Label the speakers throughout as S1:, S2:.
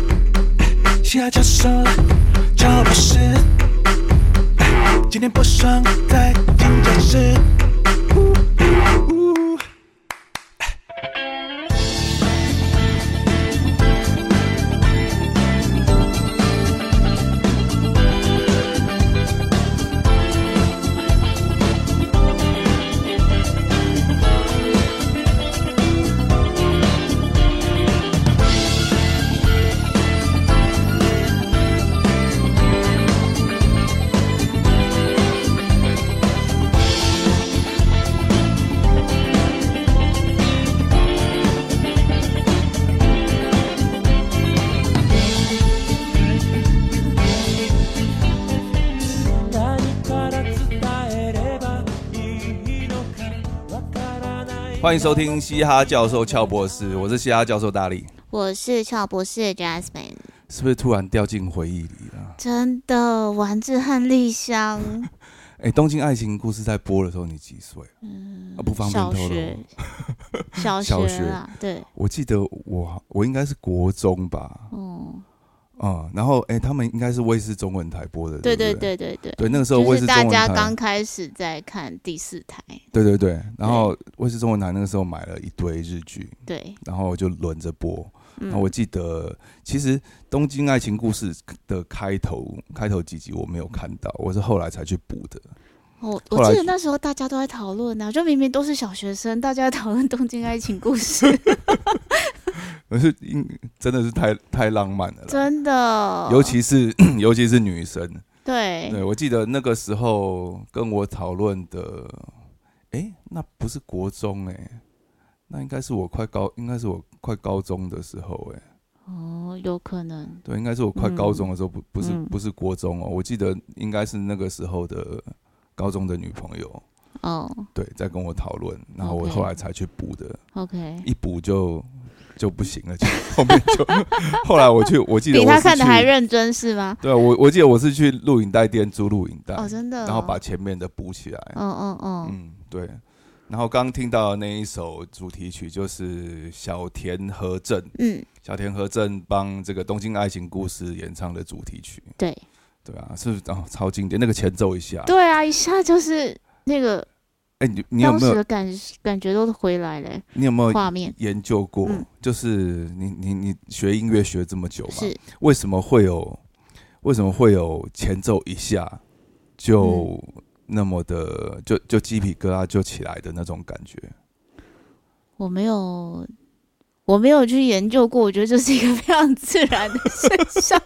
S1: 哎
S2: 欢迎收听嘻哈教授俏博士，我是嘻哈教授大力。
S3: 我是俏博士 Jasmine，
S2: 是不是突然掉进回忆里了？
S3: 真的丸子和丽香，
S2: 哎，《东京爱情故事》在播的时候你几岁？嗯，啊、 不方便
S3: 小
S2: 透露。
S3: 学，小
S2: 小
S3: 学
S2: 学
S3: 啦，对，
S2: 我记得我我应该是国中吧，
S3: 嗯，
S2: 嗯，然后哎，他们应该是卫视中文台播的，
S3: 对
S2: 对
S3: 对
S2: 不对
S3: 对对对，
S2: 对，那个时候
S3: 就
S2: 卫
S3: 是
S2: 视中
S3: 大
S2: 文
S3: 家
S2: 台，
S3: 刚开始在看第四台，
S2: 对对对，然后卫视中文台那个时候买了一堆日剧，
S3: 对，
S2: 然后就轮着播，
S3: 嗯
S2: 那，我记得，其实《东京爱情故事》的开头开头几集我没有看到，我是后来才去补的。
S3: 我
S2: 后
S3: 我
S2: 来
S3: 记得那时候大家都在讨论啊，就明明都是小学生，大家讨论《东京爱情 故事》，
S2: 可是因真的是太太浪漫了啦，
S3: 真的，
S2: 尤其是 尤其是女生。
S3: 对
S2: 对，我记得那个时候跟我讨论的，哎、那不是国中哎、那应该是我快高，应该是我快高中的时候哎、
S3: 哦，有可能，
S2: 对，应该是我快高中的时候，不不是
S3: 嗯
S2: 不是国中哦，我记得应该是那个时候的高中的女朋友。
S3: 哦
S2: 对，在跟我讨论，然后我
S3: OK
S2: 后来才去补的，
S3: ，OK，
S2: 一补就就不行了，就 后面就后来我去，我记得
S3: 比
S2: 我
S3: 他
S2: 是
S3: 看的还
S2: 去
S3: 认真是吗？
S2: 对啊，我我记得我是去录影带店租录影带，
S3: 哦，真的哦，
S2: 然后把前面的补起来，
S3: 嗯嗯嗯，
S2: 嗯，对。然后刚听到的那一首主题曲就是小田和正，
S3: 嗯，
S2: 小田和正帮这个《东京爱情故事》演唱的主题曲，
S3: 对。
S2: 对啊，是不是哦，超经典。那个前奏一下，
S3: 对啊，一下就是那个
S2: 哎，你你有
S3: 当
S2: 没
S3: 时
S2: 有
S3: 的感感觉都回来了，
S2: 你有没有
S3: 画面
S2: 研究过，
S3: 嗯
S2: 就是你你你学音乐学这么久嘛，
S3: 是
S2: 为什么会有为什么会有前奏一下就
S3: 嗯
S2: 那么的、就就鸡皮疙瘩就起来的那种感觉？
S3: 我没有我没有去研究过，我觉得这是一个非常自然的 现象。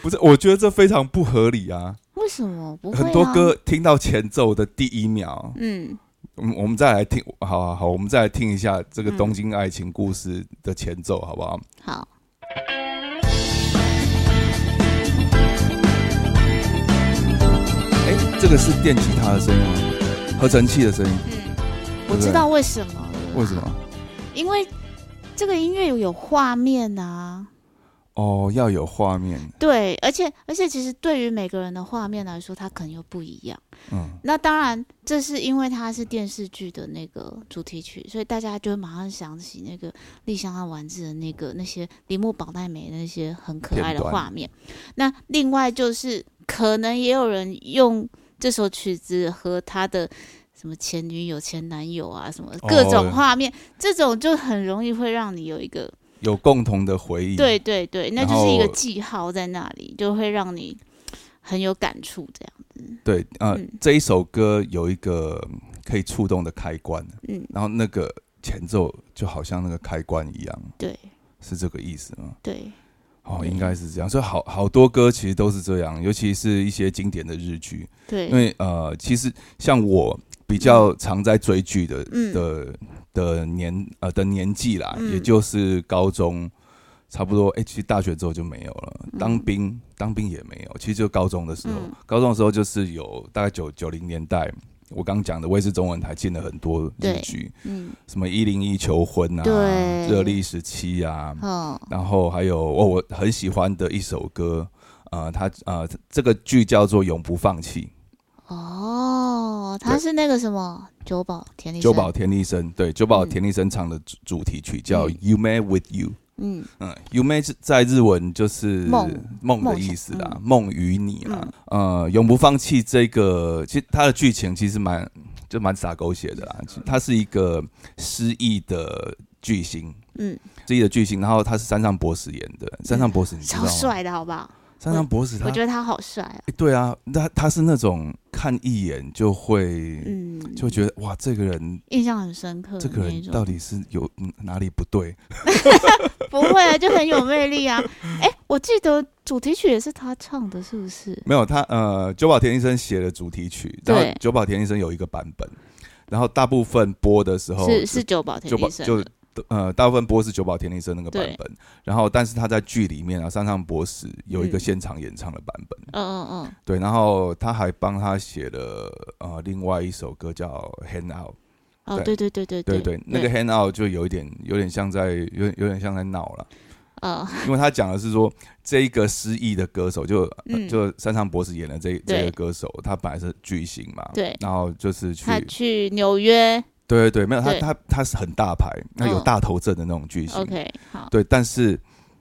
S2: 不是，我觉得这非常不合理啊！
S3: 为什么不会、啊？
S2: 很多歌，听到前奏的第一秒，
S3: 嗯，
S2: 嗯，我们再来听，好好好，我们再来听一下这个《
S3: 嗯
S2: 东京爱情故事》的前奏，好不好？
S3: 好，
S2: 哎、这个是电吉他的声音吗？合成器的声音？
S3: 嗯，
S2: 对
S3: 我
S2: 不对
S3: 知道为什么了啦
S2: 为什么？
S3: 因为这个音乐有画面啊。
S2: 哦，要有画面，
S3: 对，而且而且，其实对于每个人的画面来说，它可能又不一样。
S2: 嗯。
S3: 那当然，这是因为它是电视剧的那个主题曲，所以大家就会马上想起那个丽香和丸子的那个那些铃木保奈美那些很可爱
S2: 片
S3: 的
S2: 段
S3: 画面。那另外就是，可能也有人用这首曲子和他的什么前女友、前男友啊，什么各
S2: 哦
S3: 种画面，这种就很容易会让你有一个
S2: 有共同的回忆。
S3: 对，对对，那就是一
S2: 然
S3: 个
S2: 后
S3: 记号在那里，就会让你很有感触。这样，
S2: 对，呃，
S3: 嗯
S2: 这一首歌有一个嗯可以触动的开关，
S3: 嗯，
S2: 然后那个前奏就好像那个开关一样，
S3: 对
S2: 是这个意思吗？
S3: 对。
S2: 哦，
S3: 对
S2: 应该是这样，所以好好多歌其实都是这样，尤其是一些经典的日剧，
S3: 对，
S2: 因为呃，其实像我比较常在追剧的
S3: 嗯
S2: 的的年呃的年纪啦，
S3: 嗯
S2: 也就是高中，差不多哎、其实大学之后就没有了。
S3: 嗯
S2: 当兵当兵也没有，其实就高中的时候，
S3: 嗯
S2: 高中的时候就是有大概九九零年代，我刚讲的卫视中文台进了很多日
S3: 对
S2: 剧，
S3: 嗯，
S2: 什么一零一求婚啊，
S3: 对
S2: 热力时期啊，
S3: 哦，
S2: 然后还有哦我很喜欢的一首歌。呃，它呃，这个剧叫做《永不放弃》，
S3: 哦，他
S2: 对
S3: 是那个什么九保田力
S2: 久
S3: 生
S2: 保，田利生，对，久保
S3: 嗯
S2: 田利生唱的主主题曲叫《
S3: 嗯
S2: You May With You》。
S3: 嗯，
S2: 嗯，You May 是在日文就是
S3: 梦
S2: 梦的
S3: 梦想嗯
S2: 意思啦，梦与你啦。呃，永不放弃这个，其实它的剧情其实蛮就蛮傻狗血的啦。
S3: 嗯
S2: 其实它是一个失忆的巨星，
S3: 嗯，
S2: 失忆的巨星，然后他是山上博史演的。山上博史你知道
S3: 超
S2: 吗？
S3: 帅的好不好？
S2: 山上博史他
S3: 我觉，得他好帅啊，
S2: 诶对啊，那他是那种看一眼就会
S3: 嗯，
S2: 就会觉得哇，这个人
S3: 印象很深刻的
S2: 这个
S3: 那一
S2: 人
S3: 种。
S2: 到底是有嗯哪里不对？
S3: 不会啊，就很有魅力啊。哎，我记得主题曲也是他唱的，是不是？
S2: 没有他呃，久保田医生写的主题曲，然后
S3: 对
S2: 久保田医生有一个版本，然后大部分播的时候
S3: 是是九保田
S2: 久保
S3: 力生
S2: 就
S3: 的，
S2: 呃大部分播是久保田医生那个版本，然后但是他在剧里面啊，山上博士有一个
S3: 嗯
S2: 现场演唱的版本，
S3: 嗯嗯嗯，
S2: 对，然后他还帮他写了呃另外一首歌叫《Hand Out》，
S3: 哦，
S2: 对
S3: 对对对对
S2: 对
S3: 对
S2: 对，那个 hand out 就有一点，有点像在，有点有点像在闹了，
S3: 呃，
S2: 因为他讲的是说，这一个失忆的歌手，就、呃
S3: 嗯
S2: 就山上博士演的这这
S3: 对
S2: 个歌手，他本来是巨星嘛，
S3: 对
S2: 然后就是去，
S3: 他去纽约
S2: 对对对，没有他
S3: 对
S2: 他他是很大牌，那有
S3: 嗯
S2: 大头症的那种巨星，
S3: ，OK，好，
S2: 对，但是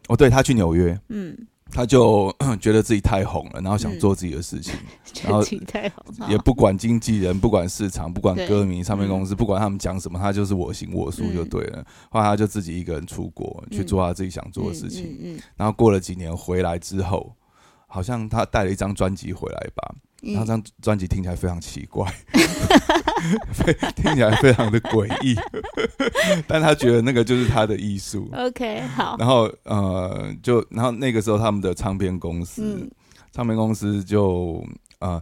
S2: 哦，对他去纽约，
S3: 嗯，
S2: 他就 觉得自己太红了，然后想
S3: 嗯
S2: 做自己的事情，然
S3: 全
S2: 后
S3: 景太好，好
S2: 也不管经纪人，不管市场，不管
S3: 对
S2: 歌迷、唱片公司，不管他们讲什么，他就是我行我素就
S3: 嗯
S2: 对了。后来他就自己一个人出国去
S3: 嗯
S2: 做他自己想做的
S3: 嗯
S2: 事情。
S3: 嗯
S2: 然后过了几年回来之后，好像他带了一张专辑回来吧，
S3: 嗯
S2: 然后这
S3: 嗯，
S2: 张专辑听起来非常奇怪， 非听起来非常的诡异， 但他觉得那个就是他的艺术。
S3: 嗯 OK，好，
S2: 然后呃，就然后那个时候他们的唱片公司，
S3: 嗯
S2: 唱片公司就呃，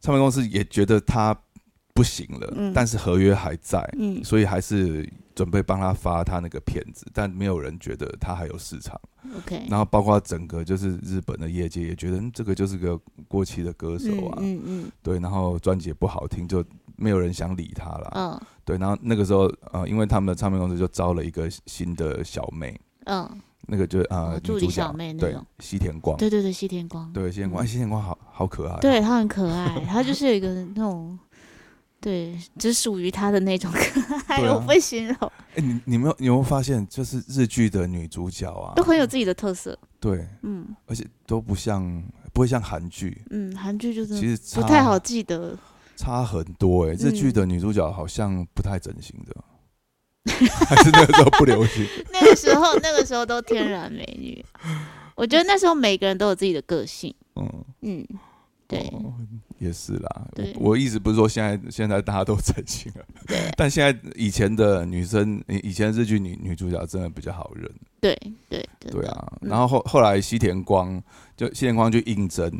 S2: 唱片公司也觉得他不行了，
S3: 嗯
S2: 但是合约还在，
S3: 嗯
S2: 所以还是准备帮他发他那个片子，但没有人觉得他还有市场。
S3: ，OK，
S2: 然后包括整个就是日本的业界也觉得、嗯这个就是个过气的歌手啊，
S3: 嗯嗯
S2: 对，然后专辑也不好听，就没有人想理他了。
S3: 嗯
S2: 对，然后那个时候呃，因为他们的唱片公司就招了一个新的小妹。
S3: 嗯
S2: 那个就是
S3: 嗯，
S2: 呃，
S3: 助
S2: 女
S3: 理
S2: 主角
S3: 小妹那
S2: 对
S3: 种，
S2: 西田光，
S3: 对对对，西天光，
S2: 对西哎田光，
S3: 嗯
S2: 哎，西田光好好可爱，啊
S3: 对他很可爱，他就是有一个那种，对，只属于他的那种 可爱，
S2: 对啊
S3: 我不形容，
S2: 哎，你你没有你有没有发现，就是日剧的女主角啊
S3: 都，很有自己的特色。
S2: 对，
S3: 嗯
S2: 而且都不像不会像韩剧，
S3: 嗯，韩剧就
S2: 其
S3: 是
S2: 实
S3: 不
S2: 差
S3: 太好记得，
S2: 差很多哎，日剧
S3: 嗯
S2: 的女主角好像不太整形的，还是那个时候不流 行，
S3: 那个时候那个时候都天然美 女，我觉得那时候每个人都有自己的个性。
S2: 嗯，
S3: 嗯，对
S2: 哦也是啦
S3: 对，
S2: 我我一直不是说现在现在大家都整形了，
S3: 对
S2: 但现在以前的女生，以以前日剧女女主角真的比较好认。
S3: 对对，真
S2: 对
S3: 的
S2: 啊，
S3: 嗯
S2: 然后后后来西田光就西田光就应征，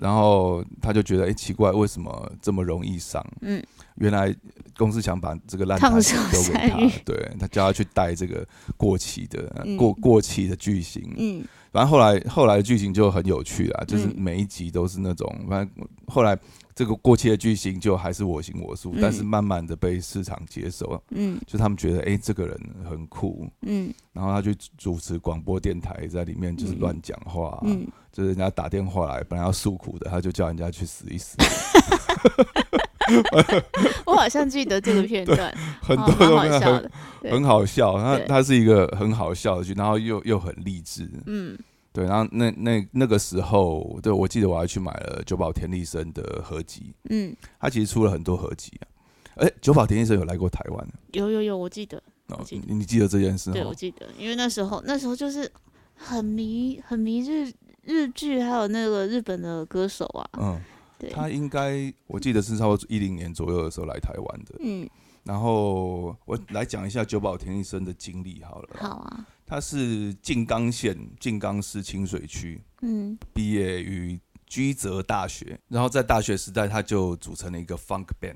S2: 然后他就觉得哎、诶奇怪，为什么这么容易上？
S3: 嗯，
S2: 原来公司想把这个烂
S3: 烫
S2: 摊子
S3: 手
S2: 丢给
S3: 山
S2: 他
S3: 芋，
S2: 对他叫他去带这个过期的、
S3: 嗯
S2: 过过期的巨星。
S3: 嗯
S2: 反正后来后来的剧情就很有趣啊，就是
S3: 嗯
S2: 每一集都是那种，反正后来这个过期的巨星就还是我行我素，
S3: 嗯
S2: 但是慢慢的被市场接受，
S3: 嗯
S2: 就他们觉得哎、诶这个人很酷，
S3: 嗯
S2: 然后他去主持广播电台，在里面就是乱讲话、啊
S3: 嗯，
S2: 就是人家打电话来，本来要诉苦的，他就叫人家去死一 死，
S3: 我好像记得这个片段，
S2: 很
S3: 哦
S2: 多都
S3: 蛮好
S2: 很
S3: 笑
S2: 很
S3: 的。对
S2: 很好笑。他
S3: 对
S2: 他是一个很好笑的剧，然后又又很励志，
S3: 嗯
S2: 对。然后那那那个时候，对我记得我还去买了久保田利生的合集，
S3: 嗯，
S2: 他其实出了很多合集啊。哎，久保田利生有来过台湾，啊
S3: 有有有，我记得，
S2: 哦
S3: 我记得
S2: 你你记得这件事
S3: 对
S2: 哦
S3: 我？记得，因为那时候那时候就是很迷很迷日日剧，还有那个日本的歌手啊，
S2: 嗯，
S3: 对，
S2: 他应该我记得是差不多一零年左右的时候来台湾的。
S3: 嗯，
S2: 然后我来讲一下久保田医生的经历好了。
S3: 好，啊，
S2: 他是静冈县静冈市清水区
S3: 嗯
S2: 毕业于居泽大学，然后在大学时代他就组成了一个 funk band，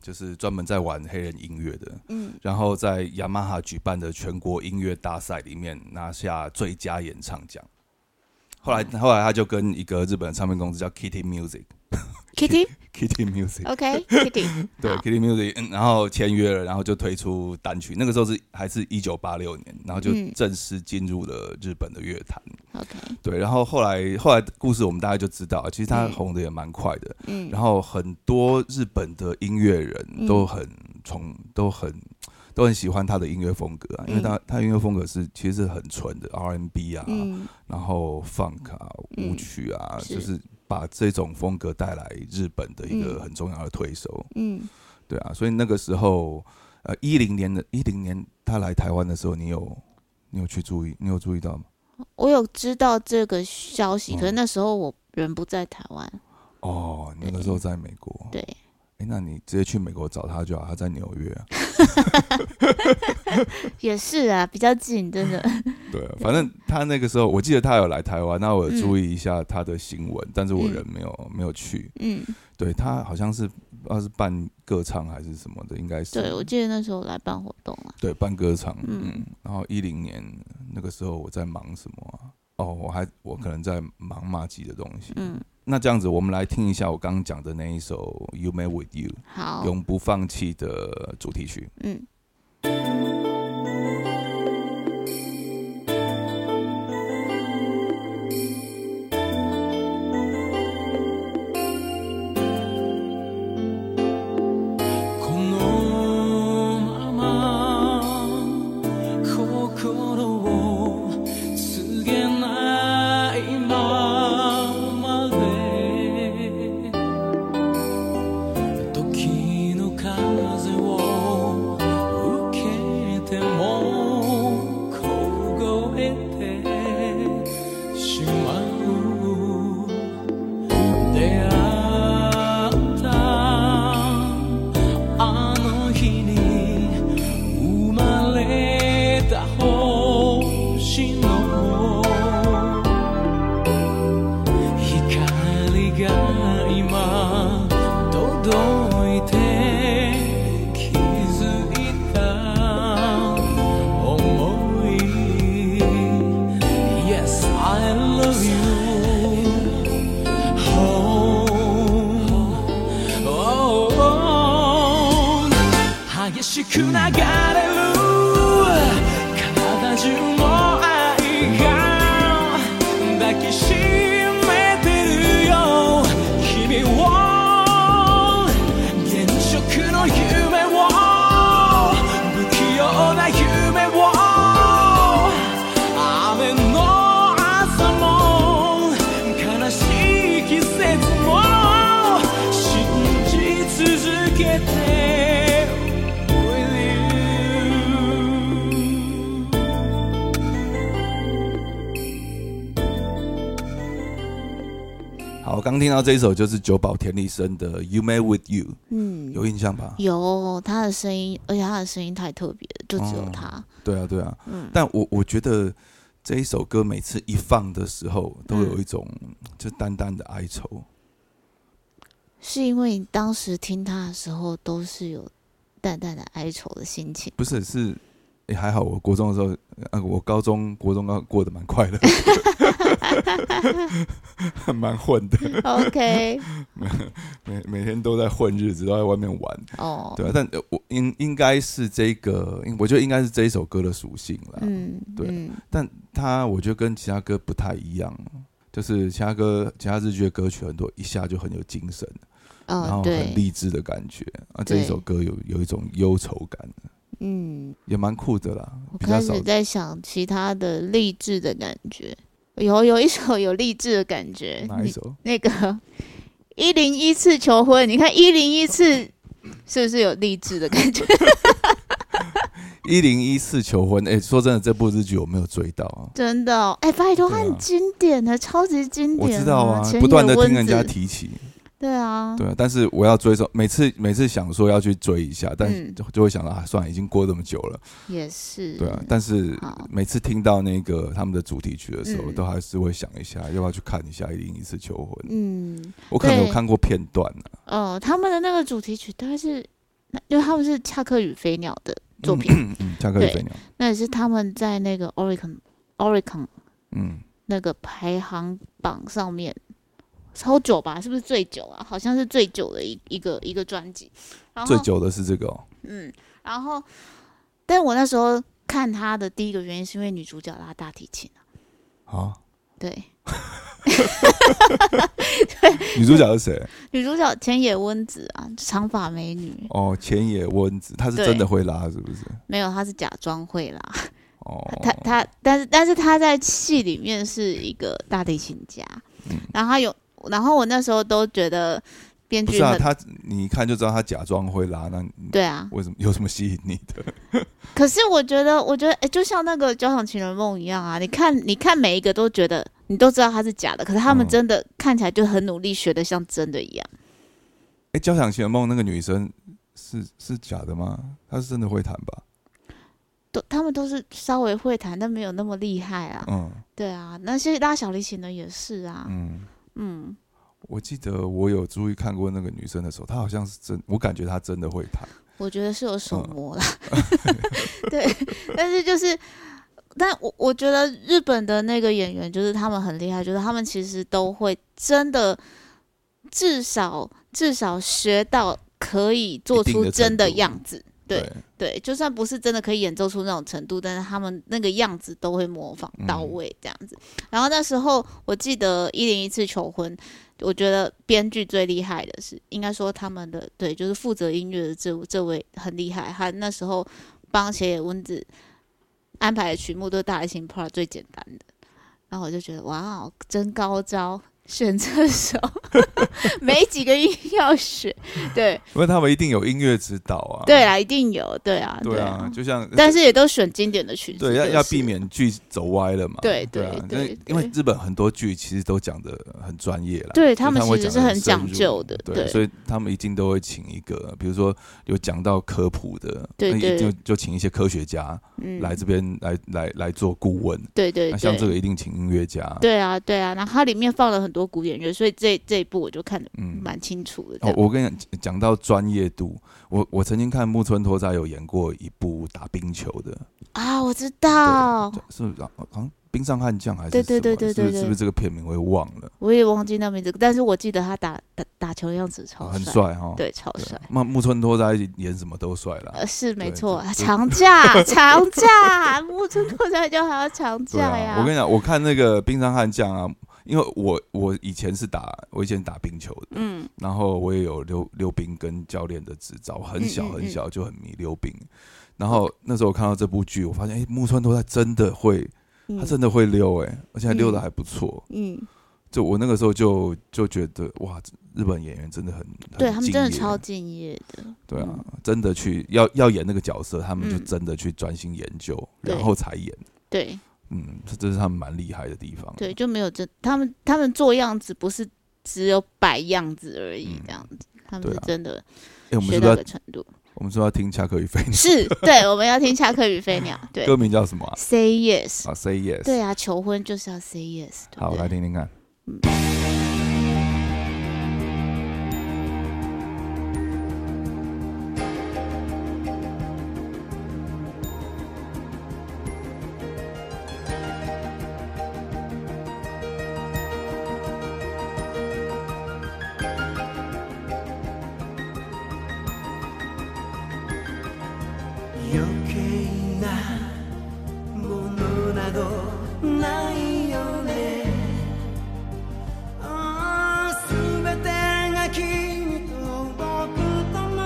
S2: 就是专门在玩黑人音乐的。
S3: 嗯
S2: 然后在雅马哈举办的全国音乐大赛里面拿下最佳演唱奖。后来，后来他就跟一个日本的唱片公司叫 Kitty Music，Kitty
S3: ，Kitty。
S2: Music，
S3: OK，Kitty，
S2: 对
S3: 好
S2: ，Kitty Music，嗯然后签约了，然后就推出单曲。那个时候是还是一九八六年，然后就
S3: 嗯
S2: 正式进入了日本的乐坛。
S3: ，OK，
S2: 对，然后后来后来故事我们大家就知道，其实他
S3: 嗯
S2: 红的也蛮快的。
S3: 嗯，
S2: 然后
S3: 后
S2: 很多日本的音乐人
S3: 嗯
S2: 都很崇，都很都很喜欢他的音乐风格啊，因为他他音乐风格是其实是很纯的 R&B 啊，
S3: 嗯
S2: 然后 funk 啊、
S3: 嗯
S2: 舞曲啊，
S3: 是
S2: 就是把这种风格带来日本的一个
S3: 嗯
S2: 很重要的推手。
S3: 嗯，
S2: 对啊，所以那个时候，呃，一零年的一零年他来台湾的时候，你有你有去注意，你有注意到吗？
S3: 我有知道这个消息，
S2: 嗯
S3: 可是那时候我人不在台湾，
S2: 哦，那个时候在美国，
S3: 对，
S2: 哎，那你直接去美国找他就好，他在纽约啊。
S3: 也是啊，比较近，真的，
S2: 对啊，反正他那个时候，我记得他有来台湾，那我有注意一下他的新闻，但是我人没有没有去。
S3: 嗯，
S2: 对他好像是不知道是办歌唱还是什么的，应该是
S3: 对，我记得那时候来办活动啊，
S2: 对办歌唱，嗯
S3: 嗯
S2: 然后一零年那个时候我在忙什么啊？哦，我还我可能在忙马吉的东西，
S3: 嗯
S2: 那这样子，我们来听一下我刚刚讲的那一首《You May With You》
S3: 好，
S2: 永不放弃的主题曲。
S3: 嗯，
S1: このまま心を告げないままで時の風を受けても凍えてしまう出会ったあの日に生まれた星の光が今届いて気づいた思い Yes, I love you Home. Oh, oh. 激しく流れる体中の愛が抱きしめてるよ君を現職の夢を不器用な夢を雨の朝も悲しい季節も信じ続けて With you
S2: 好，刚听到这一首就是久保田利生的《You May With You》，
S3: 嗯，
S2: 有印象吧？
S3: 有他的声音，而且他的声音太特别了，就只有
S2: 哦
S3: 他。
S2: 对啊，对啊。
S3: 嗯
S2: 但我我觉得这一首歌每次一放的时候，都
S3: 嗯
S2: 有一种就淡淡的哀愁。
S3: 是因为你当时听他的时候，都是有淡淡的哀愁的心情。
S2: 不是，是、诶还好，我国中的时候，呃，我高中国中刚过得蛮快乐，还蛮混的，
S3: OK，
S2: 每每天都在混日子，都在外面玩。
S3: 哦，
S2: 对啊，但呃我应应该是这个，应我觉得应该是这一首歌的属性啦。
S3: 嗯，
S2: 对啊
S3: 嗯
S2: 但它我觉得跟其他歌不太一样，就是其他歌、其他日剧的歌曲很多一下就很有精神，然
S3: 哦，
S2: 后很
S3: 对，
S2: 励志的感觉啊。这一首歌有有一种忧愁感，
S3: 嗯，
S2: 也蛮酷的啦
S3: 我，
S2: 比较
S3: 开
S2: 少
S3: 始。在想其他的励志的感觉，有有一首有励志的感觉，
S2: 哪一
S3: 你
S2: 首？
S3: 那个一零一次求婚，你看一零一次是不是有励志的感觉？
S2: 一零一四求婚。哎、说真的，这部日剧我没有追到啊。
S3: 真的、哦，哎、拜托，
S2: 对
S3: 它
S2: 啊
S3: 很经典的，超级经
S2: 我
S3: 典、
S2: 知道啊
S3: 啊，，
S2: 不断的
S3: 的
S2: 听人家，提起，
S3: 对啊，
S2: 对啊，但是我要追上，每次每次想说要去追一下，但
S3: 嗯
S2: 就就会想到啊，算了，已经过这么久了，
S3: 也是，
S2: 对啊，但是
S3: 好
S2: 每次听到那个他们的主题曲的时候，
S3: 嗯
S2: 都还是会想一下，要不要去看一下《一零一次求婚》。
S3: 嗯。
S2: 我可能有
S3: 对
S2: 看过片段啊
S3: 哦，他们的那个主题曲大概是，那因为他们是恰克与飞鸟的作品，
S2: 嗯，《恰克与
S3: 对
S2: 飞鸟》。
S3: 那也是他们在那个 Oricon Oricon
S2: 嗯，
S3: 那个排行榜上面超久吧？是不是最久啊？好像是最久的一一个一个专辑。然后
S2: 最久的是这个哦。
S3: 嗯，然后，但我那时候看他的第一个原因是因为女主角拉大提琴啊，
S2: 啊，
S3: 对，
S2: 女主角是谁？
S3: 女主角前野温子啊，长发美女，
S2: 哦，前野温子，她是
S3: 对
S2: 真的会拉，是不是？
S3: 没有，她是假装会啦。
S2: 哦，
S3: 他他，但是但是他在戏里面是一个大提琴家，
S2: 嗯
S3: 然后他有，然后我那时候都觉得编
S2: 不
S3: 剧
S2: 是啊，
S3: 很、
S2: 她你一看就知道她假装会拉，那 你
S3: 对啊，
S2: 为什么有什么吸引你的？
S3: 可是我觉得，我觉得，哎，就像那个《交响情人梦》一样啊，你看你看每一个都觉得你都知道他是假的，可是他们
S2: 嗯
S3: 真的看起来就很努力学的像真的一样，
S2: 哎，《交响情人梦》那个女生是是假的吗？她是真的会弹吧？
S3: 都他们都是稍微会弹，但没有那么厉害啊，
S2: 嗯
S3: 对啊，那些拉小提琴的也是啊，
S2: 嗯。
S3: 嗯，
S2: 我记得我有注意看过那个女生的时候，她好像是真，我感觉她真的会弹。
S3: 我觉得是有手
S2: 嗯
S3: 模啦，对，但是就是但我我觉得日本的那个演员就是他们很厉害，就是他们其实都会真的至少至少学到可以做
S2: 一定
S3: 出
S2: 的
S3: 真的
S2: 程度
S3: 样子。对对，就算不是真的可以演奏出那种程度，但是他们那个样子都会模仿到
S2: 嗯
S3: 位这样子。然后那时候我记得一零一次求婚，我觉得编剧最厉害的是，应该说他们的对，就是负责音乐的这这位很厉害，他那时候帮写野温子安排的曲目都是大提琴 part 最简单的，然后我就觉得哇哦，真高招。选这首 没几个音要选， 对
S2: 因为他们一定有音乐指导啊，
S3: 对啦，一定有，对啊，
S2: 对啊，，
S3: 啊
S2: 就像
S3: 但是也都选经典的曲子，
S2: 对要
S3: 就是
S2: 要避。免剧走歪了嘛，
S3: 对
S2: 对啊，
S3: 对
S2: 因为
S3: 对
S2: 因为日本很多剧其实都讲的很专业啦，
S3: 对
S2: 他
S3: 他们
S2: 会
S3: 其实
S2: 讲
S3: 是
S2: 得
S3: 很
S2: 深
S3: 讲
S2: 入
S3: 究的，
S2: 对，所以他们一定都会请一个，比如说有讲到科普的，
S3: 对
S2: 那
S3: 对
S2: 一定就请一些科学家
S3: 嗯，
S2: 来这边来来来做顾问。
S3: 对对
S2: 那
S3: 对，
S2: 像这个一定请音乐家，
S3: 对啊对啊，然后它里面放了很多古典乐，所以这这一部我就看得
S2: 嗯。
S3: 蛮清楚的。这
S2: 哦
S3: 样，
S2: 我跟你讲，讲到专业度，我我曾经看木村拓哉有演过一部打冰球的，
S3: 啊，我知道，
S2: 是不是好像冰上悍将还是
S3: 对对
S2: 什么
S3: 对对
S2: 是不是
S3: 对对
S2: 是不是这个片名我也忘了，
S3: 我也忘记那名字，但是我记得他打打打球的样子超
S2: 哦很
S3: 帅，
S2: 帅哈。
S3: 对，超
S2: 对
S3: 帅。
S2: 那木村拓哉演什么都帅啦。
S3: 呃，是没
S2: 对
S3: 错
S2: 就
S3: 啊，
S2: 就
S3: 长假长假，木村拓哉就还要长
S2: 对
S3: 假
S2: 啊，我
S3: 呀
S2: 跟。你讲，我看那个冰上悍将啊，因为我我以前是打我以前打冰球的，
S3: 嗯，
S2: 然后我也有溜溜冰跟教练的执照，我很小
S3: 嗯嗯
S2: 很小就很迷溜冰。然后那时候我看到这部剧，我发现哎、诶木村拓哉真的会，他
S3: 嗯
S2: 真的会溜哎、诶而且还溜的
S3: 嗯
S2: 还不错。
S3: 嗯，
S2: 就我那个时候就就觉得哇，日本演员真的很
S3: 对
S2: 很
S3: 他们
S2: 敬
S3: 真的
S2: 业啊
S3: 超敬业的。
S2: 对啊
S3: 嗯，
S2: 真的去要要演那个角色，他们就
S3: 嗯
S2: 真的去专心研究，
S3: 对
S2: 然后才演。
S3: 对
S2: 嗯，这这是他们蛮厉害的地方。
S3: 对，就没有真他们他们做样子不是只有摆样子而已
S2: 嗯
S3: 这样子，他们
S2: 对
S3: 是
S2: 啊
S3: 真的
S2: 哎，我们
S3: 学
S2: 是不是
S3: 到
S2: 要
S3: 的程度。
S2: 我们说要听恰克与飞鸟，
S3: 是对，我们要听《恰克与飞鸟》对
S2: 歌名叫什么啊
S3: ，Say Yes，
S2: 啊？Say Yes。
S3: 对啊，求婚就是要 Say Yes，对
S2: 好，
S3: 不
S2: 来
S3: 对？
S2: 听听看。
S1: 余計なものなどないよねああ全てが君と僕との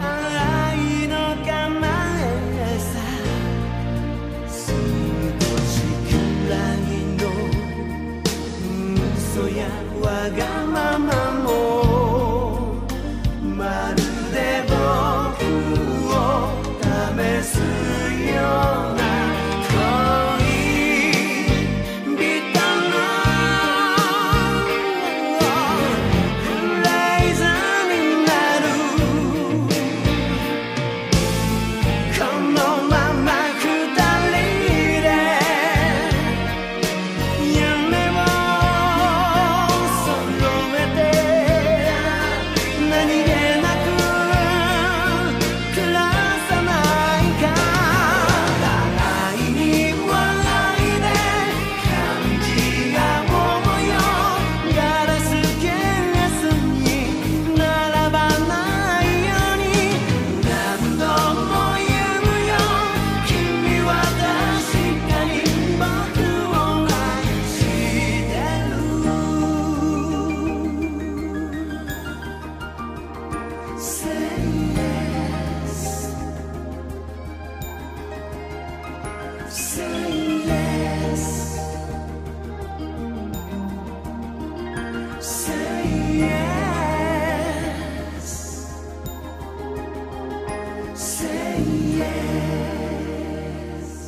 S1: 愛の構えさ少しくらいの嘘やわがままもまるで僕を試すような恋人のフレーズになるこのまま二人で夢を揃えて何気なく暮らさないか互いに笑いで感じ合おうよガラスケースに並ばないように何度も言うよ君は確かに僕を愛してる Say yes Say yes Say yes Say yes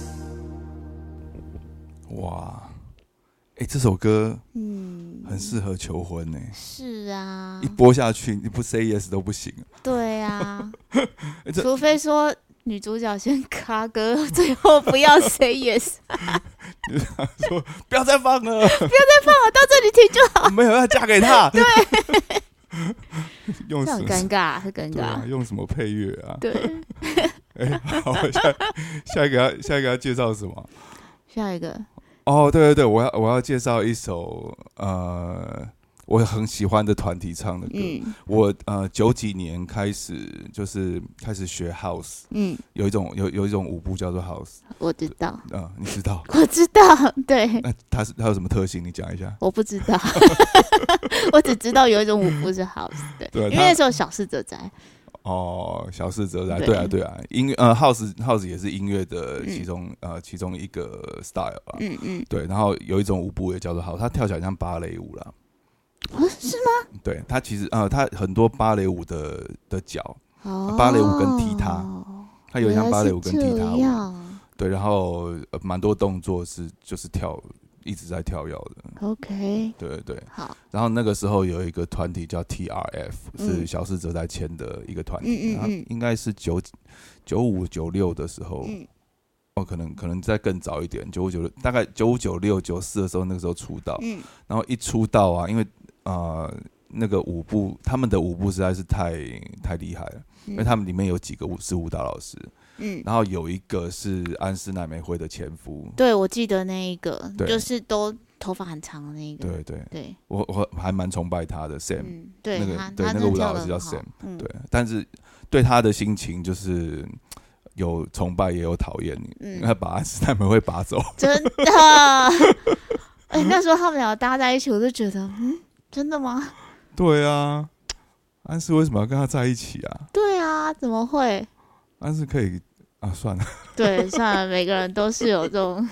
S2: 哇，哎，这首歌
S3: 嗯，
S2: 很适合求婚呢。
S3: 是啊
S2: 一，播下去，你不 Say Yes 都不行。，
S3: 对啊
S2: 这
S3: 除非说女主角先卡歌，最后不要 Say Yes，
S2: 不要再放了，
S3: 到这里停就好，
S2: 没有要嫁给他。 对，用
S3: 这
S2: 什
S3: 很尴
S2: 么？
S3: 尬，很尴
S2: 对啊，
S3: 尬，
S2: 用什么配乐啊？
S3: 对，
S2: 哎好，下下一个要下一个要介绍什么？
S3: 下一个，
S2: 哦，对对对，我要我要介绍一首呃我很喜欢的团体唱的歌。
S3: 嗯
S2: 我呃九几年开始就是开始学 house，
S3: 嗯，
S2: 有一种有有一种舞步叫做 house，
S3: 我知道，
S2: 啊、呃，你知道？
S3: 我知道，对，
S2: 那它是它有什么特性？你讲一下。
S3: 我不知道， 我只知道有一种舞步是 house 的，
S2: 对
S3: 因为
S2: 他
S3: 那时候小四者在，
S2: 哦，小四哲在，
S3: 对
S2: 对啊，对啊，音乐呃，house house 也是音乐的其中、呃其中一个 style 啊。
S3: 嗯嗯，
S2: 对，然后有一种舞步也叫做 house，它跳起来像芭蕾舞啦。
S3: 啊是吗？
S2: 对，它其实呃，它很多芭蕾舞的的脚，
S3: 哦，
S2: 芭蕾舞跟踢踏它有点像芭蕾舞跟踢
S3: 原
S2: 踏
S3: 来是这
S2: 舞。
S3: 样
S2: 对，然后呃蛮、多动作是就是跳一直在跳跃的。
S3: OK，
S2: 对对对，
S3: 好，
S2: 然后那个时候有一个团体叫 TRF，是
S3: 嗯
S2: 小四哲在签的一个团
S3: 嗯
S2: 体，
S3: 嗯
S2: 然后
S3: 嗯
S2: 应该是九九五九六的时候，
S3: 嗯
S2: 哦，可能可能再更早一点，九五九六，大概九五九六九四的时候，那个时候出道，
S3: 嗯
S2: 然后一出道啊，因为呃那个舞步，他们的舞步实在是太太厉害了，因为他们里面有几个舞是舞蹈老师，
S3: 嗯。
S2: 然后有一个是安室奈美惠的前夫，
S3: 对，我记得那一个，
S2: 对
S3: 就是都头发很长的那一个，
S2: 对对，
S3: 对，
S2: 我我还蛮崇拜他的 Sam，、
S3: 嗯，对，
S2: 那个
S3: 他
S2: 对
S3: 他
S2: 那个
S3: 真的
S2: 舞蹈
S3: 跳
S2: 老
S3: 得
S2: 师叫
S3: 很好
S2: Sam，
S3: 嗯，
S2: 对，但是对他的心情就是有崇拜也有讨厌，
S3: 嗯
S2: 因为他把安室奈美惠拔走，
S3: 真的。 哎、那时候他们俩搭在一起，我就觉得，嗯，真的吗？
S2: 对啊，安室为什么要跟他在一起啊？
S3: 对啊，怎么会？
S2: 安室可以啊，算 了，
S3: 对，算了，每个人都是有这 种，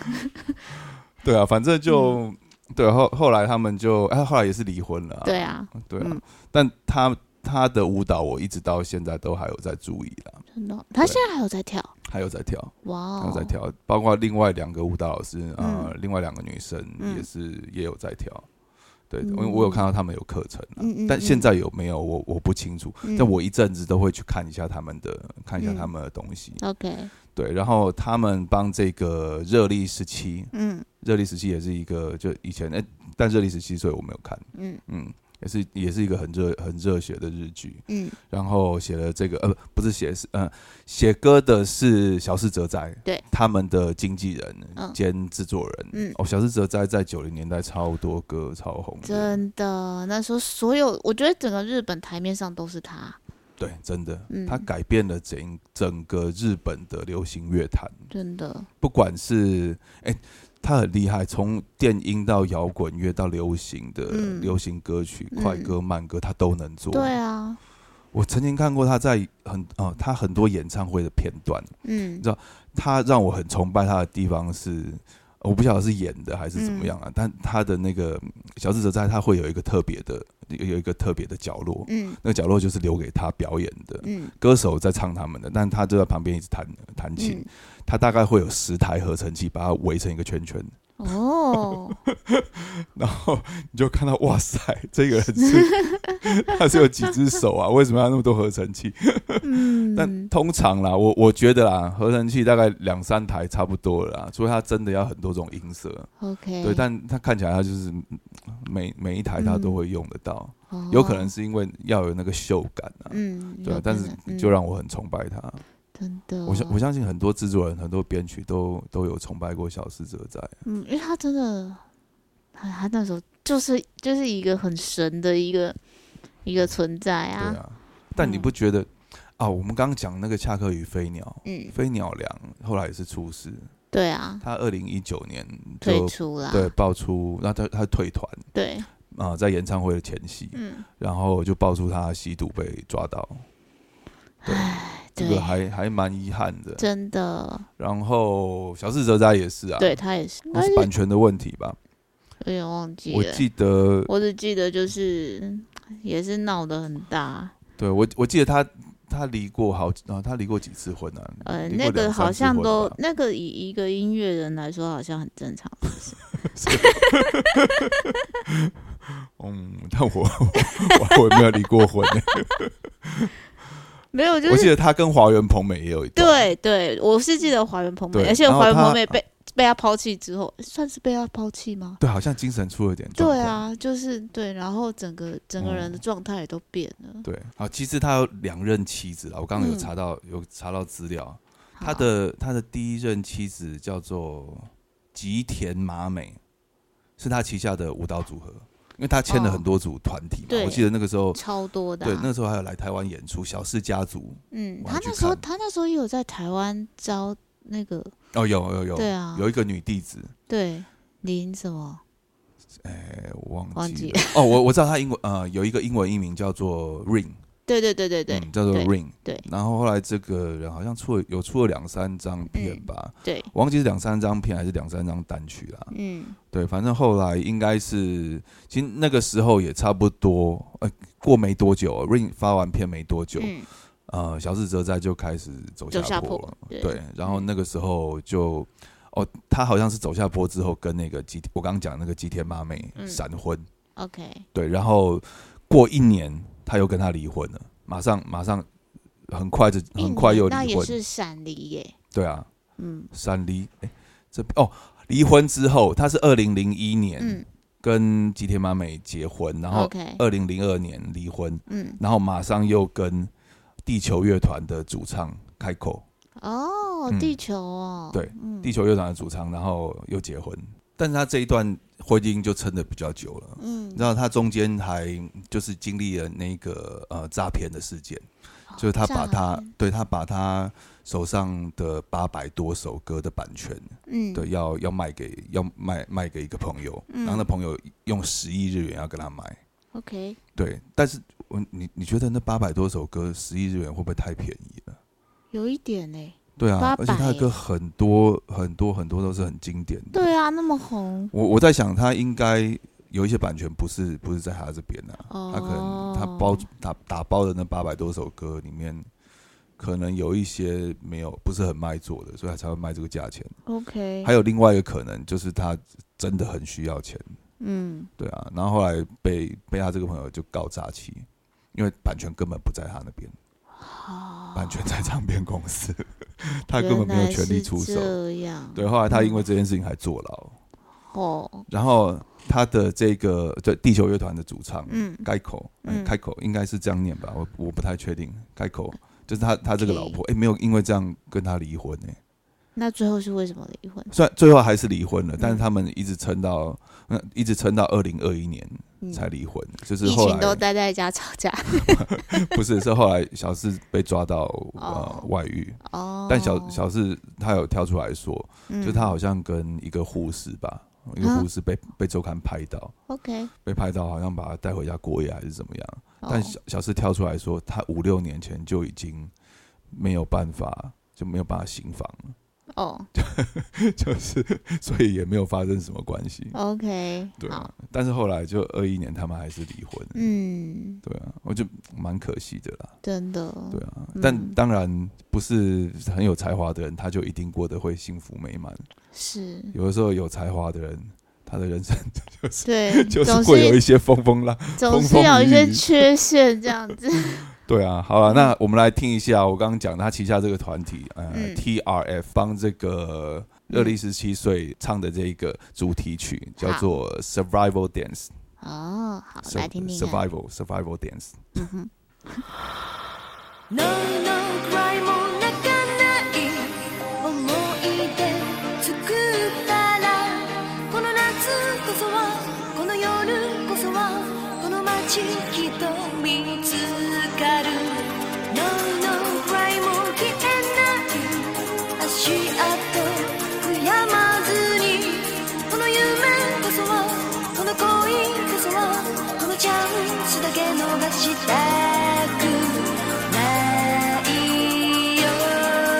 S2: 对啊，反正就、对后后来他们就哎、后来也是离婚了、啊，
S3: 嗯对啊，
S2: 对啊，
S3: 嗯
S2: 但他他的舞蹈我一直到现在都还有在注意啦，
S3: 真的。他现在还有在跳，
S2: 还有在跳。
S3: 哇
S2: 还有在
S3: 哦，
S2: 跳，包括另外两个舞蹈老师啊、呃
S3: 嗯
S2: 另外两个女生
S3: 嗯
S2: 也是、也有在跳。对，
S3: 嗯
S2: 因为我有看到他们有课程、啊，
S3: 嗯嗯
S2: 但
S3: 嗯
S2: 现在有没有我我不清楚。
S3: 嗯
S2: 但我一阵子都会去看一下他们的，看一下
S3: 嗯
S2: 他们的东西。
S3: OK，
S2: 对，然后他们帮这个热力时期，
S3: 嗯
S2: 热力时期也是一个，就以前哎、但热力时期，所以我没有看，
S3: 嗯
S2: 嗯，也是也是一个很热很热血的日剧。
S3: 嗯，
S2: 然后写了这个呃，不是写是呃写歌的是小室哲哉，
S3: 对，
S2: 他们的经纪人、
S3: 嗯
S2: 兼制作人，
S3: 嗯
S2: 哦，小室哲哉在九零年代超多歌超红的，
S3: 真的。那时候所有，我觉得整个日本台面上都是他，
S2: 对，真的，
S3: 嗯
S2: 他改变了整整个日本的流行乐坛，
S3: 真的。
S2: 不管是哎。他很厉害，从电音到摇滚乐到流行的、
S3: 嗯
S2: 流行歌曲、
S3: 嗯
S2: 快歌、慢歌，他都能做。
S3: 对啊，
S2: 我曾经看过他在很呃，他很多演唱会的片段，
S3: 嗯
S2: 知，道他让我很崇拜他的地方是，呃我不晓得是演的还
S3: 嗯
S2: 是怎么样啊，但他的那个嗯小智哲在他会有一个特别的，有有一个特别的角落，
S3: 嗯
S2: 那个角落就是留给他表演的，
S3: 嗯
S2: 歌手在唱他们的，但他就在旁边一直弹弹琴
S3: 嗯，，
S2: 他大概会有十台合成器把它围成一个圈圈，
S3: 哦，
S2: 然后 你就看到哇塞，这个人 是他是有几只手啊？为什么要那么多合成器？ 但
S3: 嗯，
S2: 通常啦，我我觉得啦，合成器大概两三台差不多了啦，除非它真的要很多种音色，
S3: OK，
S2: 对，但它看起来它就是嗯每每一台它都会用得到，
S3: 嗯哦
S2: 有可能是因为要有那个秀感啊，
S3: 嗯，
S2: 对啊
S3: 有，
S2: 但
S3: 可
S2: 是
S3: 能
S2: 就
S3: 嗯哦
S2: 让我很崇拜他，
S3: 真的，
S2: 我相我相信很多制作人、很多编曲都都有崇拜过小四哲在，
S3: 嗯，因为他真的，他他那时候就是就是一个很神的一个一个存在
S2: 对
S3: 啊，
S2: 啊，但你
S3: 嗯
S2: 不觉得啊？我们刚刚讲那个恰克与飞鸟，
S3: 嗯，
S2: 飞鸟良后来也是出事，
S3: 对啊，
S2: 他二零一九年
S3: 退
S2: 就
S3: 出啦，
S2: 对爆出，那他他退团。
S3: 对，
S2: 啊、在演唱会的前夕，
S3: 嗯，
S2: 然后就爆出他吸毒被抓到，对，这
S3: 对
S2: 个还还蛮遗憾的。
S3: 真的，
S2: 然后小四哲哉也是啊，
S3: 对，他也是，应
S2: 那
S3: 该是
S2: 是版权的问题吧？
S3: 有点忘记
S2: 我
S3: 了，
S2: 记得，
S3: 我只记得就是也是闹得很大，
S2: 对我我记得他他离过好啊，他离过几次婚啊？
S3: 呃，
S2: 离过
S3: 那个
S2: 两三
S3: 好
S2: 次
S3: 像
S2: 婚
S3: 都
S2: 吧
S3: 那个以一个音乐人来说好像很正常的事，
S2: 嗯，但 我我我没有离过婚欸、
S3: 没有就
S2: 我
S3: 是
S2: 记得他跟华原朋美也有一段，
S3: 对对，我是记得华原朋美，
S2: 对
S3: 而且
S2: 然后
S3: 华原朋
S2: 他
S3: 美被被他抛弃之后，算是被他抛弃吗？
S2: 对，好像精神出了哦点状
S3: 对
S2: 况。
S3: 啊，就是对，然后整个整个人的状态也都变了。
S2: 对，好，其实他有两任妻子啊，我刚刚有
S3: 嗯
S2: 查到、有查到资料，啊他的他的第一任妻子叫做吉田麻美，是他旗下的舞蹈组合，因为他签了
S3: 哦
S2: 很多组团体嘛。
S3: 对
S2: 我记得那个时候，
S3: 超多的、啊，
S2: 对，那时候还有来台湾演出，小氏家族
S3: 嗯，
S2: 我还
S3: 他
S2: 去
S3: 那时候
S2: 看
S3: 他那时候也有在台湾招那个
S2: 哦，有有有，
S3: 对啊
S2: 有一个女弟子，
S3: 对林什么
S2: 哎，我忘
S3: 忘
S2: 记
S3: 记
S2: 了哦，我我知道他英文呃有一个英文译名叫做 Ring，
S3: 对对对对对、
S2: 嗯，叫做
S3: 对
S2: Ring。
S3: 对
S2: 然后后来这个人好像出了有出了两三张
S3: 嗯
S2: 片吧，
S3: 对，
S2: 我忘记是两三张片还是两三张单曲啦。
S3: 嗯，
S2: 对，反正后来应该是，其实那个时候也差不多，呃，过没多久哦，Rain 发完片没多久，
S3: 嗯
S2: 呃，小志哲在就开始走
S3: 走下
S2: 坡
S3: 坡
S2: 了，
S3: 对嗯
S2: 对，然后那个时候就，哦，他好像是走下坡之后跟那个吉，我刚刚讲那个吉田妈美
S3: 嗯
S2: 闪婚，
S3: ，OK，
S2: 对，然后过一年他又跟他离婚了，马上马上很快就很快又
S3: 一年那
S2: 离
S3: 也
S2: 婚，
S3: 是闪离耶，
S2: 对啊，
S3: 嗯
S2: 闪离，哎，这哦，离婚之后他是二零零一年，
S3: 嗯
S2: 跟吉田麻美结婚，然后
S3: ，OK，
S2: 二零零二年离婚，
S3: 嗯，
S2: 然后马上又跟地球乐团的主唱开口，
S3: 哦，
S2: 嗯
S3: 地球哦，
S2: 对
S3: 嗯
S2: 地球乐团的主唱，然后又结婚，但是他这一段婚姻就撑的比较久了。
S3: 嗯
S2: 你知道他中间还就是经历了那个呃诈骗的事件，
S3: 哦
S2: 就是他把他对他把他手上的八百多首歌的版权，
S3: 嗯
S2: 对，要要卖给要卖卖给一个朋友，然后那朋友用十亿日元要跟他买，
S3: ，OK，
S2: 对，但是我你你觉得那八百多首歌十亿日元会不会太便宜了？
S3: 有一点嘞，
S2: 对啊，
S3: 800
S2: 而且他的歌很多很多很多都是很经典的。
S3: 对啊，那么红，
S2: 我我在想，他应该有一些版权不是不是在他这边的、啊，
S3: 哦
S2: 他可能他包打打包的那八百多首歌里面，可能有一些没有不是很卖座的，所以他才会卖这个价钱。
S3: ，OK，
S2: 还有另外一个可能就是他真的很需要钱，
S3: 嗯
S2: 对啊，然后后来被被他这个朋友就告诈欺，因为版权根本不在他那边。
S3: 好，
S2: 版权在唱片公司，他根本没有权利出手
S3: 哦原来。是这样，
S2: 对，后来他因为这件事情还坐牢，
S3: 哦，
S2: 然后他的这个对地球乐团的主唱，
S3: 嗯
S2: 开口，嗯，
S3: 嗯
S2: 开口应该是这样念吧，我我不太确定，开口就是他他这个
S3: OK
S2: 老婆，哎，没有因为这样跟他离婚哎，
S3: 那最后是为什么离婚？
S2: 虽然最后还是离婚了，但是
S3: 嗯
S2: 他们一直撑到，嗯，一直撑到二零二一年
S3: 嗯
S2: 才离婚，就是
S3: 一
S2: 后
S3: 群都
S2: 来
S3: 待在家吵架
S2: 不是是后来小四被抓到呃
S3: 哦
S2: 外遇，
S3: 哦，
S2: 但小小四他有跳出来说，
S3: 嗯
S2: 就他好像跟一个护士吧，一个
S3: 啊
S2: 护士被被周刊拍到，
S3: OK，
S2: 被拍到好像把他带回家过夜还是怎么样。
S3: 哦
S2: 但小小四跳出来说，他五六年前就已经没有办法，就没有办法行房了，
S3: 哦
S2: 就是所以也没有发生什么关系。
S3: 哦，OK，
S2: 对啊
S3: 好，，
S2: 但是后来就二一年他们还是离婚。
S3: 嗯，
S2: 对啊，我就蛮可惜的啦。
S3: 真的，
S2: 对啊，
S3: 嗯
S2: 但当然不是很有才华的人，他就一定过得会幸福美满。
S3: 是，
S2: 有的时候有才华的人，他的人生就是
S3: 对，
S2: 就是
S3: 总
S2: 会有一
S3: 是
S2: 些风风浪。
S3: 总是
S2: 风风
S3: 有一
S2: 雨雨
S3: 些缺陷这样子，
S2: 对啊，好
S3: 嗯
S2: 了，那我们来听一下我刚刚讲他旗下这个团体，呃、
S3: 嗯
S2: t r f 帮这个热力十七岁唱的这一个主题曲叫做《Survival Dance
S3: 哦，好》，来听听看，
S2: Survival Survival Dance。
S3: 嗯哼，
S4: No, no, cry も泣かない思い出作ったらこの夏こそはこの夜こそはこの街きっと見つかる No, no, cry も消えない足跡悔やまずにこの夢こそはこの恋こそはこのチャンスだけ逃したくない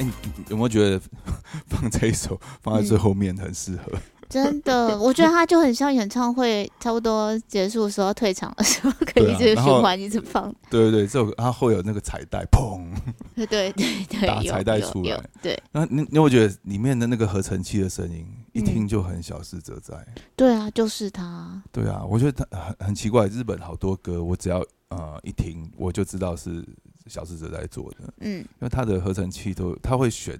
S2: 哎有没有觉得放这一首放在最
S3: 嗯
S2: 后面很适合？
S3: 真的，我觉得他就很像演唱会差不多结束的时候退场的时候，可以
S2: 对
S3: 一
S2: 啊
S3: 直
S2: 然
S3: 循
S2: 后
S3: 环一直放。
S2: 对对对，这首歌它会有那个彩带，砰！
S3: 对对对对，
S2: 打
S3: 有
S2: 彩带
S3: 有
S2: 出
S3: 有
S2: 来
S3: 对
S2: 那你你会觉得里面的那个合成器的声音，
S3: 嗯
S2: 一听就很小事者在。
S3: 对啊，就是他。
S2: 对啊，我觉得它很很奇怪，日本好多歌，我只要呃一听我就知道是小事者在做的，
S3: 嗯，
S2: 因为它的合成器都它会选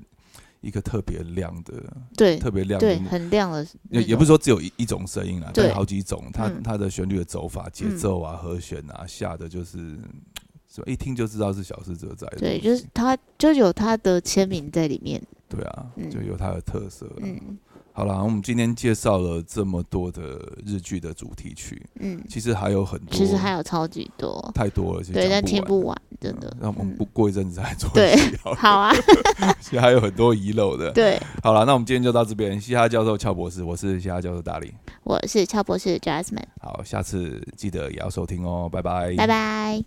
S2: 一个特别亮的、
S3: 对
S2: 特别亮
S3: 呃对，
S2: 的，
S3: 很亮的那
S2: 也
S3: 种。
S2: 也不是说只有一一种声音啊，它有
S3: 对
S2: 好几种，它
S3: 嗯
S2: 它的旋律的走法、节
S3: 嗯
S2: 奏啊、和弦啊，下的就是是吧一听就知道是小事者在的东西。
S3: 对，就是他就有他的签名在里面。
S2: 对啊，
S3: 嗯
S2: 就有它的特色啊。
S3: 嗯
S2: 好啦，我们今天介绍了这么多的日剧的主题曲，
S3: 嗯，
S2: 其实还有很多，
S3: 其实还有超级多，
S2: 太多了，其实
S3: 对，
S2: 讲
S3: 但听
S2: 不
S3: 不
S2: 完。嗯
S3: 完，真的。
S2: 那我们
S3: 嗯
S2: 不过一阵子再做
S3: 对
S2: 一期好了，
S3: 好 啊，
S2: 其实还有很多遗漏的。
S3: 对，
S2: 好了，那我们今天就到这边。嘻哈教授乔博士，我是嘻哈教授大力。
S3: 我是乔博士 Jasmine，
S2: 好，下次记得也要收听哎哦，拜拜，
S3: 拜拜。